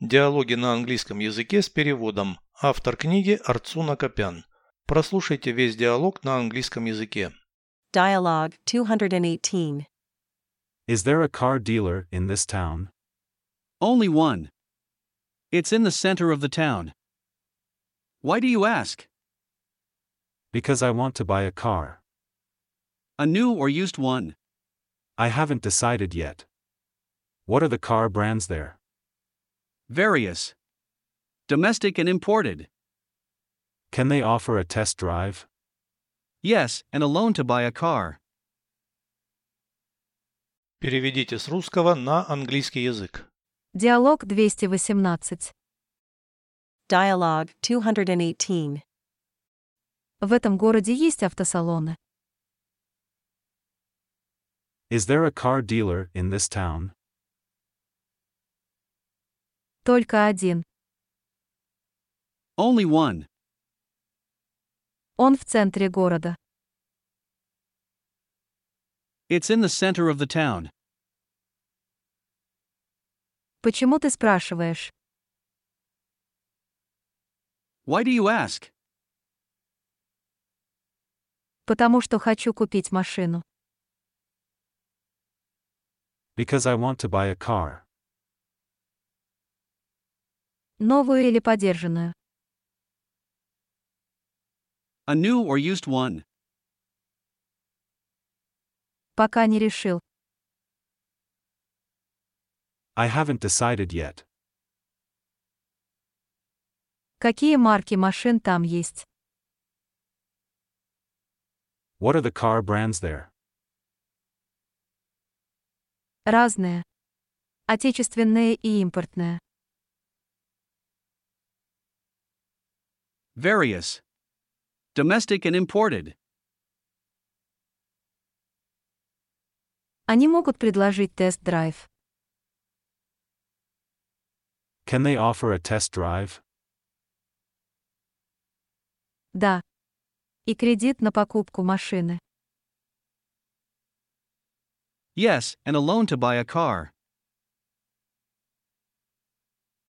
Диалоги на английском языке с переводом. Автор книги Арцуна Копян. Прослушайте весь диалог на английском языке. Dialogue 218. Is there a car dealer in this town? Only one. It's in the center of the town. Why do you ask? Because I want to buy a car. A new or used one? I haven't decided yet. What are the car brands there? Various. Domestic and imported. Can they offer a test drive? Yes, and a loan to buy a car. Переведите с русского на английский язык. Диалог 218. Dialogue 218. В этом городе есть автосалоны. Is there a car dealer in this town? Только один. Only one. Он в центре города. It's in the center of the town. Почему ты спрашиваешь? Why do you ask? Потому что хочу купить машину. Because I want to buy a car. Новую или подержанную. A new or used one? Пока не решил. I haven't decided yet. Какие марки машин там есть? What are the car brands there? Разные. Отечественные и импортные. Various. Domestic and imported. Они могут предложить тест-драйв. Can they offer a test drive? Да. И кредит на покупку машины. Yes, and a loan to buy a car.